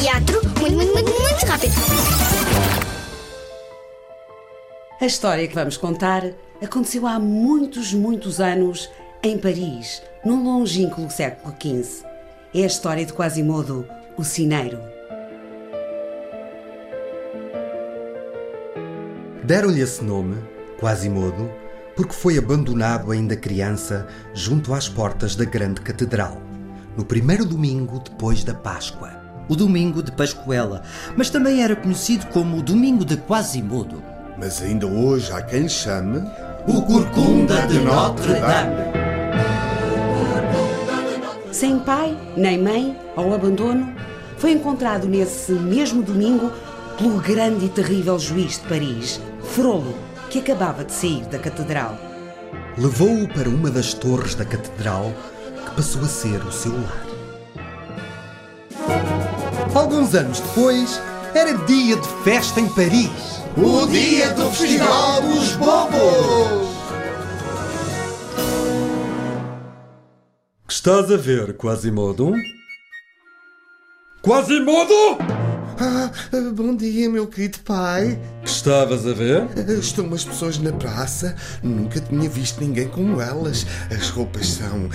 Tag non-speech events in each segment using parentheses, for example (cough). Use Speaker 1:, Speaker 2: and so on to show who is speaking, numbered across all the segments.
Speaker 1: teatro muito, muito, muito, muito rápido.
Speaker 2: A história que vamos contar aconteceu há muitos, muitos anos em Paris, num longínquo século XV. É a história de Quasimodo, o sineiro.
Speaker 3: Deram-lhe esse nome, Quasimodo, porque foi abandonado ainda criança junto às portas da grande catedral, no primeiro domingo depois da Páscoa.
Speaker 4: O domingo de Pascoela, mas também era conhecido como o domingo de Quasimodo.
Speaker 5: Mas ainda hoje há quem chame
Speaker 6: o Corcunda de Notre Dame.
Speaker 2: Sem pai, nem mãe, ao abandono, foi encontrado nesse mesmo domingo pelo grande e terrível juiz de Paris, Frollo, que acabava de sair da catedral.
Speaker 3: Levou-o para uma das torres da catedral, que passou a ser o seu lar. Alguns anos depois, era dia de festa em Paris.
Speaker 6: O dia do Festival dos Bobos!
Speaker 3: Que estás a ver, Quasimodo? Quasimodo!
Speaker 5: Ah, bom dia, meu querido pai.
Speaker 3: Que estavas a ver?
Speaker 5: Estão umas pessoas na praça. Nunca tinha visto ninguém como elas. As roupas são.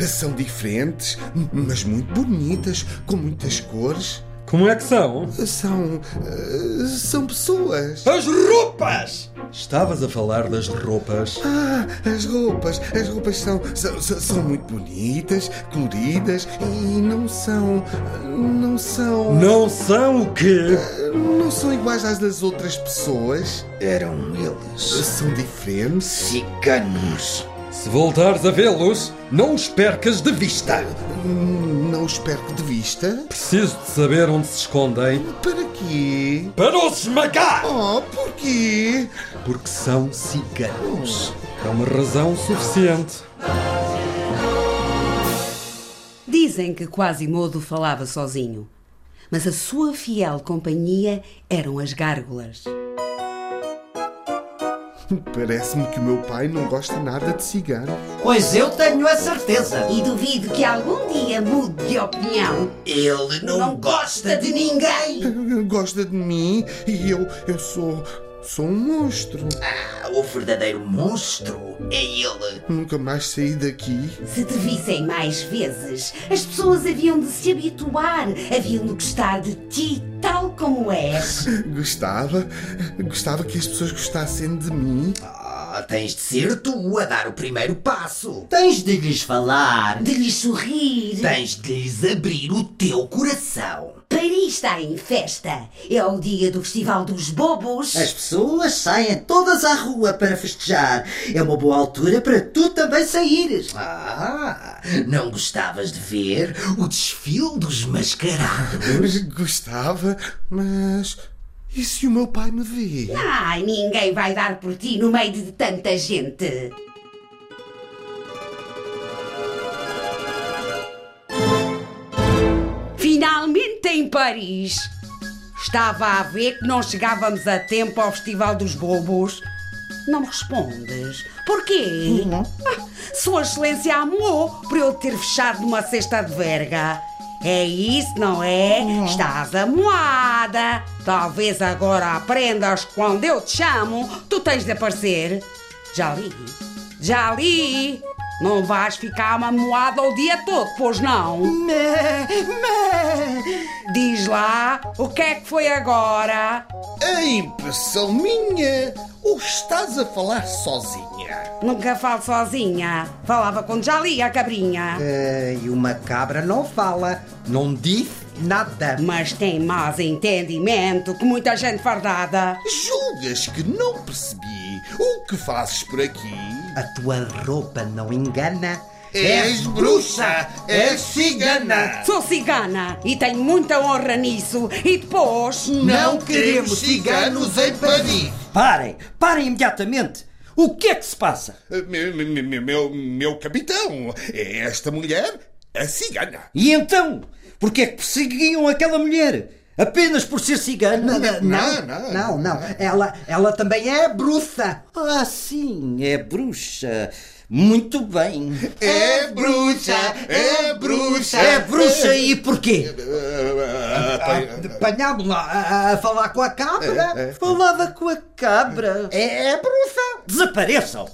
Speaker 5: ah, são diferentes, mas muito bonitas, com muitas cores.
Speaker 3: Como é que são?
Speaker 5: São. ah, são pessoas.
Speaker 6: As roupas!
Speaker 3: Estavas a falar das roupas.
Speaker 5: Ah, as roupas. As roupas são. são, são- são muito bonitas, coloridas e não são. não são.
Speaker 3: Não são o quê?
Speaker 5: não são iguais às das outras pessoas.
Speaker 6: Eram eles,
Speaker 5: São diferentes.
Speaker 6: ciganos.
Speaker 3: Se voltares a vê-los, não os percas de vista.
Speaker 5: Não os perco de vista.
Speaker 3: Preciso de saber onde se escondem
Speaker 5: Para quê?
Speaker 3: para os esmagar!
Speaker 5: Oh, porquê?
Speaker 3: Porque são ciganos. É uma razão suficiente.
Speaker 2: Dizem que Quasimodo falava sozinho, mas a sua fiel companhia eram as gárgulas.
Speaker 5: Parece-me que o meu pai não gosta nada de cigarro.
Speaker 4: Pois eu tenho a certeza.
Speaker 2: E duvido que algum dia mude de opinião.
Speaker 6: Ele não, gosta de ninguém.
Speaker 5: Gosta de mim e eu, eu sou, sou um monstro.
Speaker 6: Ah, o verdadeiro monstro é ele.
Speaker 5: Nunca mais saí daqui.
Speaker 2: Se te vissem mais vezes, as pessoas haviam de se habituar, haviam de gostar de ti tal como és.
Speaker 5: Gostava, gostava que as pessoas gostassem de mim.
Speaker 6: Ah, tens de ser tu a dar o primeiro passo.
Speaker 4: Tens de lhes falar.
Speaker 2: De lhes sorrir.
Speaker 6: Tens de lhes abrir o teu coração.
Speaker 2: Paris está em festa. É o dia do Festival dos Bobos.
Speaker 4: As pessoas saem todas à rua para festejar. É uma boa altura para tu também saíres.
Speaker 6: Ah, não gostavas de ver o desfile dos mascarados?
Speaker 5: Gostava, mas. E se o meu pai me vê?
Speaker 2: Ai, ninguém vai dar por ti no meio de tanta gente. Finalmente em Paris. Estava a ver que não chegávamos a tempo ao Festival dos Bobos. Não me respondes. Porquê? Ah, Sua Excelência amou por eu ter fechado numa cesta de verga. É isso, não é? Estás amoada. Talvez agora aprendas que quando eu te chamo, tu tens de aparecer. Já li. Já li. Não vais ficar mamoada o dia todo, pois não? Diz lá, o que é que foi agora?
Speaker 7: A impressão minha ou estás a falar sozinha?
Speaker 2: Nunca falo sozinha. Falava quando já li a cabrinha.
Speaker 4: É. E uma cabra não fala, não diz nada.
Speaker 2: Mas tem mais entendimento que muita gente fardada.
Speaker 7: Julgas que não percebi o que fazes por aqui?
Speaker 4: A tua roupa não engana.
Speaker 7: És bruxa, és cigana.
Speaker 2: Sou cigana e tenho muita honra nisso. E depois.
Speaker 7: Não queremos ciganos em Paris.
Speaker 4: Parem, parem imediatamente. O que é que se passa?
Speaker 7: Meu, meu- meu, meu, meu capitão, é esta mulher a cigana.
Speaker 4: E então? Porquê é que perseguiam aquela mulher? Apenas por ser cigana?
Speaker 7: Não, não, não.
Speaker 4: Ela, ela também é bruxa. Ah, sim, é bruxa. Muito bem.
Speaker 7: É bruxa, é bruxa.
Speaker 4: É bruxa e porquê?
Speaker 7: Ah,
Speaker 8: De Apanhámos-la a, a falar com a
Speaker 7: É,
Speaker 8: cabra.
Speaker 4: Falava com a cabra.
Speaker 8: É, é bruxa.
Speaker 4: Desapareçam.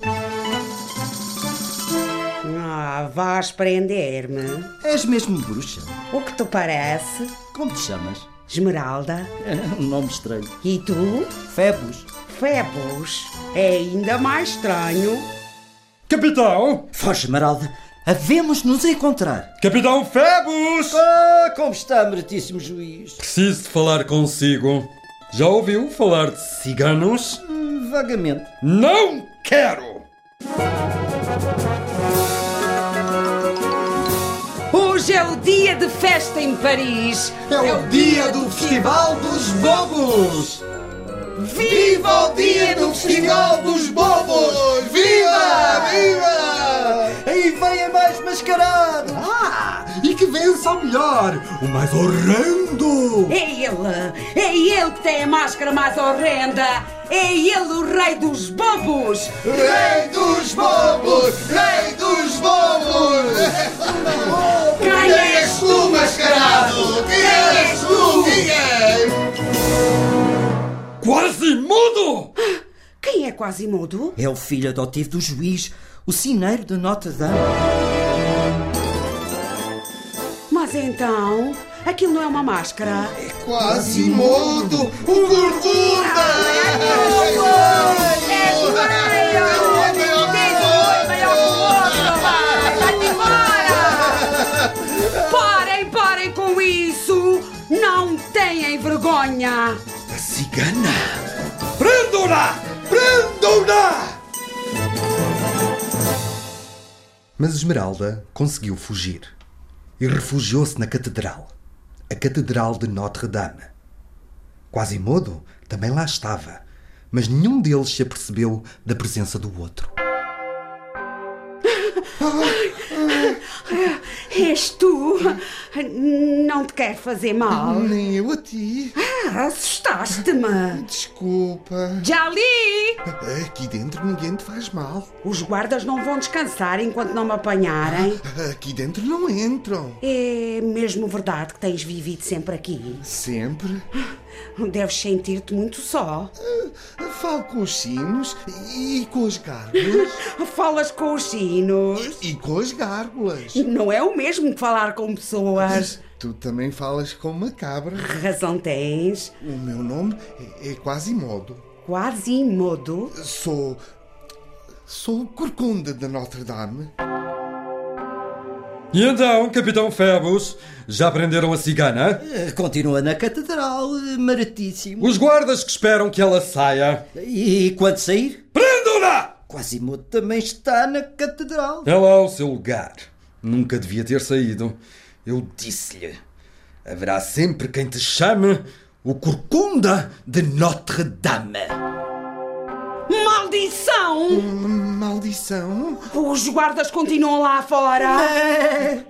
Speaker 2: Ah, vais prender-me.
Speaker 4: És mesmo bruxa.
Speaker 2: O que tu parece?
Speaker 4: Como te chamas?
Speaker 2: Esmeralda.
Speaker 4: Um nome estranho.
Speaker 2: E tu?
Speaker 4: Febos.
Speaker 2: Febos. É ainda mais estranho.
Speaker 3: Capitão!
Speaker 4: Foge, Esmeralda. Havemos nos encontrar.
Speaker 3: Capitão Febos!
Speaker 4: Ah, como está, meritíssimo juiz?
Speaker 3: Preciso de falar consigo. Já ouviu falar de ciganos?
Speaker 4: Hum, Vagamente.
Speaker 3: Não quero!
Speaker 2: Hoje é o dia de festa em Paris.
Speaker 6: É o dia do Festival dos Bobos! Viva o dia do Festival dos Bobos! Viva! Viva!
Speaker 4: Aí vem a mais mascarada.
Speaker 6: Ah, e que vença o melhor! O mais horrendo!
Speaker 2: É ele! É ele que tem a máscara mais horrenda! É ele o rei dos bobos!
Speaker 6: Rei dos Bobos! Rei dos Bobos!
Speaker 2: Quem é? és
Speaker 6: tu, mascarado? Quem és tu? Ninguém!
Speaker 3: Quasimodo!
Speaker 2: Quem é Quasimodo?
Speaker 4: É o filho adotivo do juiz, o sineiro de Notre Dame.
Speaker 2: Mas então, aquilo não é uma máscara.
Speaker 5: Quasimodo, o Gorgunda!
Speaker 2: Parem, parem com isso! Não tenham vergonha!
Speaker 5: A cigana!
Speaker 3: Prendam-na! Prendam-na!
Speaker 9: Mas Esmeralda conseguiu fugir e refugiou-se na catedral, a Catedral de Notre-Dame. Quasimodo também lá estava, mas nenhum deles se apercebeu da presença do outro.
Speaker 2: És tu? Não te quero fazer mal.
Speaker 5: Nem eu a ti.
Speaker 2: Ah, Assustaste-me!
Speaker 5: Desculpa.
Speaker 2: Jali!
Speaker 5: Aqui dentro ninguém te faz mal.
Speaker 2: Os guardas não vão descansar enquanto não me apanharem.
Speaker 5: Aqui dentro não entram.
Speaker 2: É mesmo verdade que tens vivido sempre aqui.
Speaker 5: Sempre.
Speaker 2: Deves sentir-te muito só.
Speaker 5: Falo com os sinos e com as gárgulas.
Speaker 2: Falas com os sinos.
Speaker 5: E com as gárgulas.
Speaker 2: Não é o mesmo que falar com pessoas.
Speaker 5: Tu também falas com uma cabra.
Speaker 2: Razão tens.
Speaker 5: O meu nome é, é Quasimodo.
Speaker 2: Quasimodo.
Speaker 5: Sou. Sou o corcunda de Notre Dame.
Speaker 3: E então, Capitão Febos, já prenderam a cigana?
Speaker 4: Eh, Continua na catedral, eh, meritíssimo.
Speaker 3: Os guardas que esperam que ela saia.
Speaker 4: E quando sair,
Speaker 3: Prendam-na!
Speaker 4: Quasimodo também está na catedral.
Speaker 3: É lá o seu lugar. Nunca devia ter saído. Eu disse-lhe: haverá sempre quem te chame o Corcunda de Notre Dame.
Speaker 2: Maldição!
Speaker 5: Maldição!
Speaker 2: Os guardas continuam lá fora.
Speaker 5: Eh,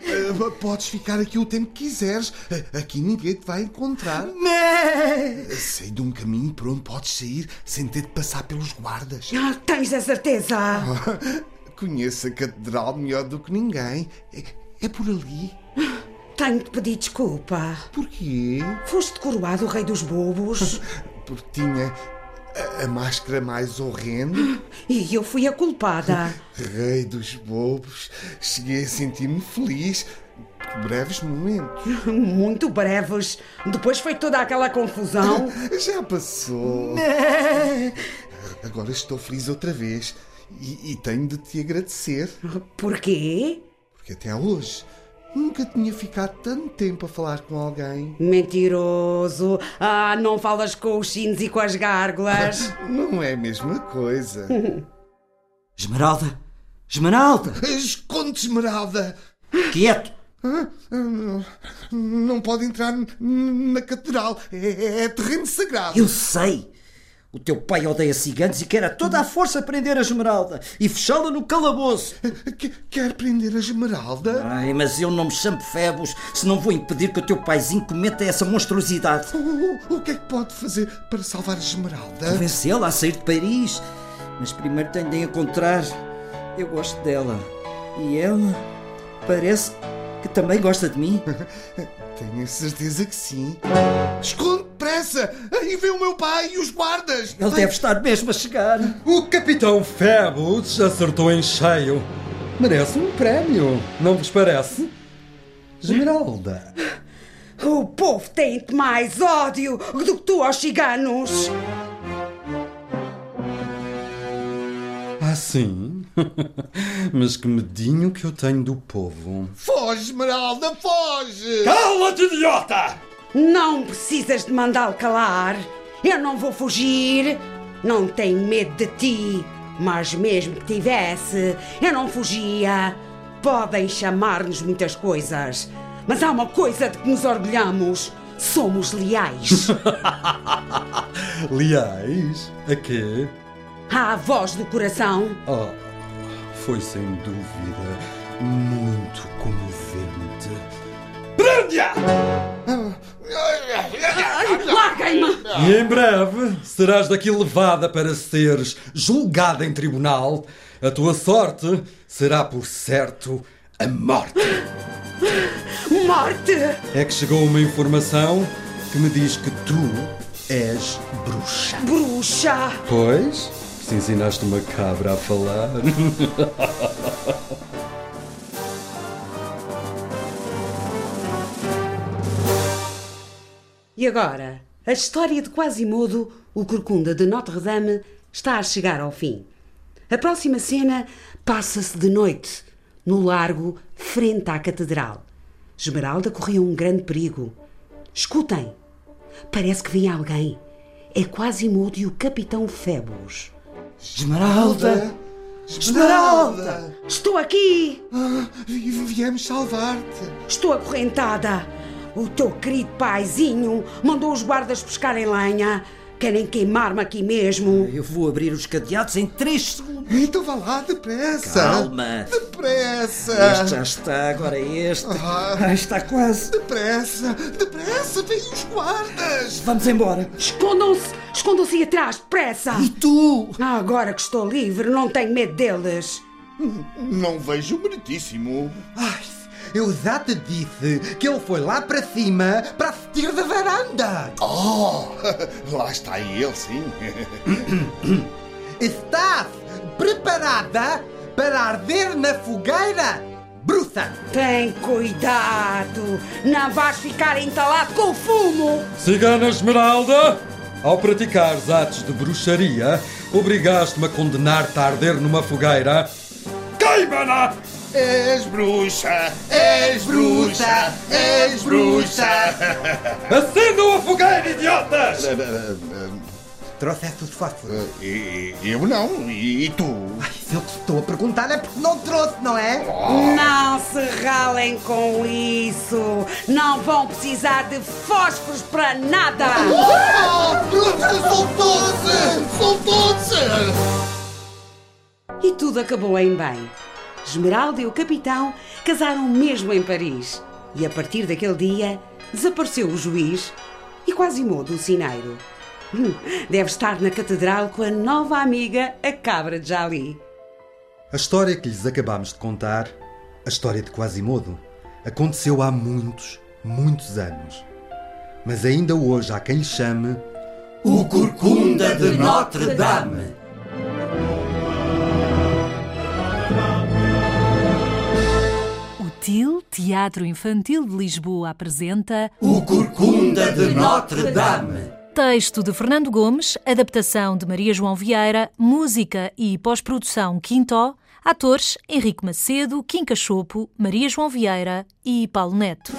Speaker 5: Podes ficar aqui o tempo que quiseres. Eh, Aqui ninguém te vai encontrar. Eh, Sei de um caminho por onde podes sair sem ter de passar pelos guardas. (laughs)
Speaker 2: Ah, Tens a certeza?
Speaker 5: Conheço a catedral melhor do que ninguém. É, é por ali.
Speaker 2: Tenho de pedir desculpa.
Speaker 5: Porquê?
Speaker 2: Foste coroado o rei dos bobos
Speaker 5: Porque tinha a, a máscara mais horrenda.
Speaker 2: e eu fui a culpada.
Speaker 5: Rei dos bobos. Cheguei a sentir-me feliz. Por breves momentos.
Speaker 2: Muito breves. Depois foi toda aquela confusão.
Speaker 5: Já passou. Agora estou feliz outra vez. E- e tenho de te agradecer.
Speaker 2: Porquê?
Speaker 5: Porque até hoje nunca tinha ficado tanto tempo a falar com alguém.
Speaker 2: Mentiroso. Ah, não falas com os sinos e com as
Speaker 5: (laughs)
Speaker 2: gárgulas.
Speaker 5: Não é a mesma coisa.
Speaker 4: Esmeralda! Esmeralda!
Speaker 5: Esconde esmeralda!
Speaker 4: Quieto!
Speaker 5: Hã? Não- Não pode entrar n- na catedral. É, é terreno sagrado.
Speaker 4: Eu sei! O teu pai odeia ciganos e quer a toda a força prender a Esmeralda e fechá-la no calabouço.
Speaker 5: Que- Quer prender a esmeralda?
Speaker 4: Ai, mas eu não me chamo Febos se não vou impedir que o teu paizinho cometa essa monstruosidade.
Speaker 5: O, o que é que pode fazer para salvar a esmeralda?
Speaker 4: Convencê-la a sair de Paris. Mas primeiro tenho de a encontrar. Eu gosto dela. E ela parece que também gosta de mim.
Speaker 5: Tenho a certeza que sim. Esconde depressa! Aí vem o meu pai e os guardas! (laughs)
Speaker 3: Ele deve estar mesmo a chegar. O capitão Pebbles acertou em cheio. Merece um prémio, não vos parece? Esmeralda.
Speaker 2: O povo tem-te mais ódio do que tu aos ciganos.
Speaker 3: Ah, sim? (laughs) Mas que medinho que eu tenho do povo.
Speaker 5: Foge, Esmeralda, foge!
Speaker 3: Cala-te, idiota!
Speaker 2: Não precisas de mandá-lo calar. Eu não vou fugir. Não tenho medo de ti. Mas mesmo que tivesse, eu não fugia. Podem chamar-nos muitas coisas. Mas há uma coisa de que nos orgulhamos. Somos leais.
Speaker 3: Leais? A quê?
Speaker 2: À voz do coração.
Speaker 3: Oh, foi sem dúvida muito comovente. Prende-a!
Speaker 2: Larguem-me!
Speaker 3: E em breve serás daqui levada para seres julgada em tribunal. A tua sorte será, por certo, a morte.
Speaker 2: Morte!
Speaker 3: É que chegou uma informação que me diz que tu és bruxa.
Speaker 2: Bruxa!
Speaker 3: Pois, se ensinaste uma cabra a falar.
Speaker 2: E agora, a história de Quasimodo, o corcunda de Notre-Dame, está a chegar ao fim. A próxima cena passa-se de noite, no largo, frente à catedral. Esmeralda corria um grande perigo. Escutem! Parece que vem alguém. É Quasimodo e o Capitão Febos.
Speaker 3: Esmeralda!
Speaker 5: Esmeralda!
Speaker 2: Estou aqui!
Speaker 5: Ah, vi- viemos salvar-te!
Speaker 2: Estou acorrentada. O teu querido paizinho mandou os guardas pescarem lenha. Querem queimar-me aqui mesmo.
Speaker 4: Eu vou abrir os cadeados em 3 segundos.
Speaker 5: Então vá lá, depressa!
Speaker 4: Calma.
Speaker 5: Depressa!
Speaker 4: Este é- já está, agora este.
Speaker 5: Ah.
Speaker 4: Ah, está quase.
Speaker 5: Depressa! Depressa! Vem os guardas!
Speaker 4: Vamos embora.
Speaker 2: Escondam-se! Escondam-se aí atrás, depressa!
Speaker 4: E tu?
Speaker 2: Ah, Agora que estou livre, não tenho medo deles.
Speaker 5: Não vejo meritíssimo.
Speaker 6: Ai, eu já te disse que ele foi lá para cima para assistir da varanda.
Speaker 5: Oh! (laughs) Lá está ele, sim.
Speaker 6: Estás preparada para arder na fogueira? Bruxa!
Speaker 2: Tem cuidado! Não vais ficar entalado com o fumo!
Speaker 3: Cigana Esmeralda! Ao praticares atos de bruxaria, obrigaste-me a condenar-te a arder numa fogueira. Queima-na!
Speaker 5: És bruxa! És bruxa! És bruxa!
Speaker 3: Acendam a fogueira, idiotas!
Speaker 6: Trouxeste os fósforos?
Speaker 5: Eu não, e e tu?
Speaker 6: Se eu te estou a perguntar é porque não trouxe, não é?
Speaker 2: Não se ralem com isso! Não vão precisar de fósforos para nada!
Speaker 5: Ah, bruxa, soltou-se! Soltou-se!
Speaker 2: E tudo acabou em bem. Esmeralda e o capitão casaram mesmo em Paris. E a partir daquele dia desapareceu o juiz e Quasimodo o sineiro. Hum, Deve estar na catedral com a nova amiga, a cabra de Jali.
Speaker 9: A história que lhes acabámos de contar, a história de Quasimodo, aconteceu há muitos, muitos anos. Mas ainda hoje há quem lhe chame
Speaker 4: O Corcunda de Notre Dame.
Speaker 10: O TIL, Teatro Infantil de Lisboa, apresenta
Speaker 4: O Corcunda de Notre Dame.
Speaker 10: texto de Fernando Gomes, adaptação de Maria João Vieira, música e pós-produção Quintó, atores Henrique Macedo, Kim Cachopo, Maria João Vieira e Paulo Neto.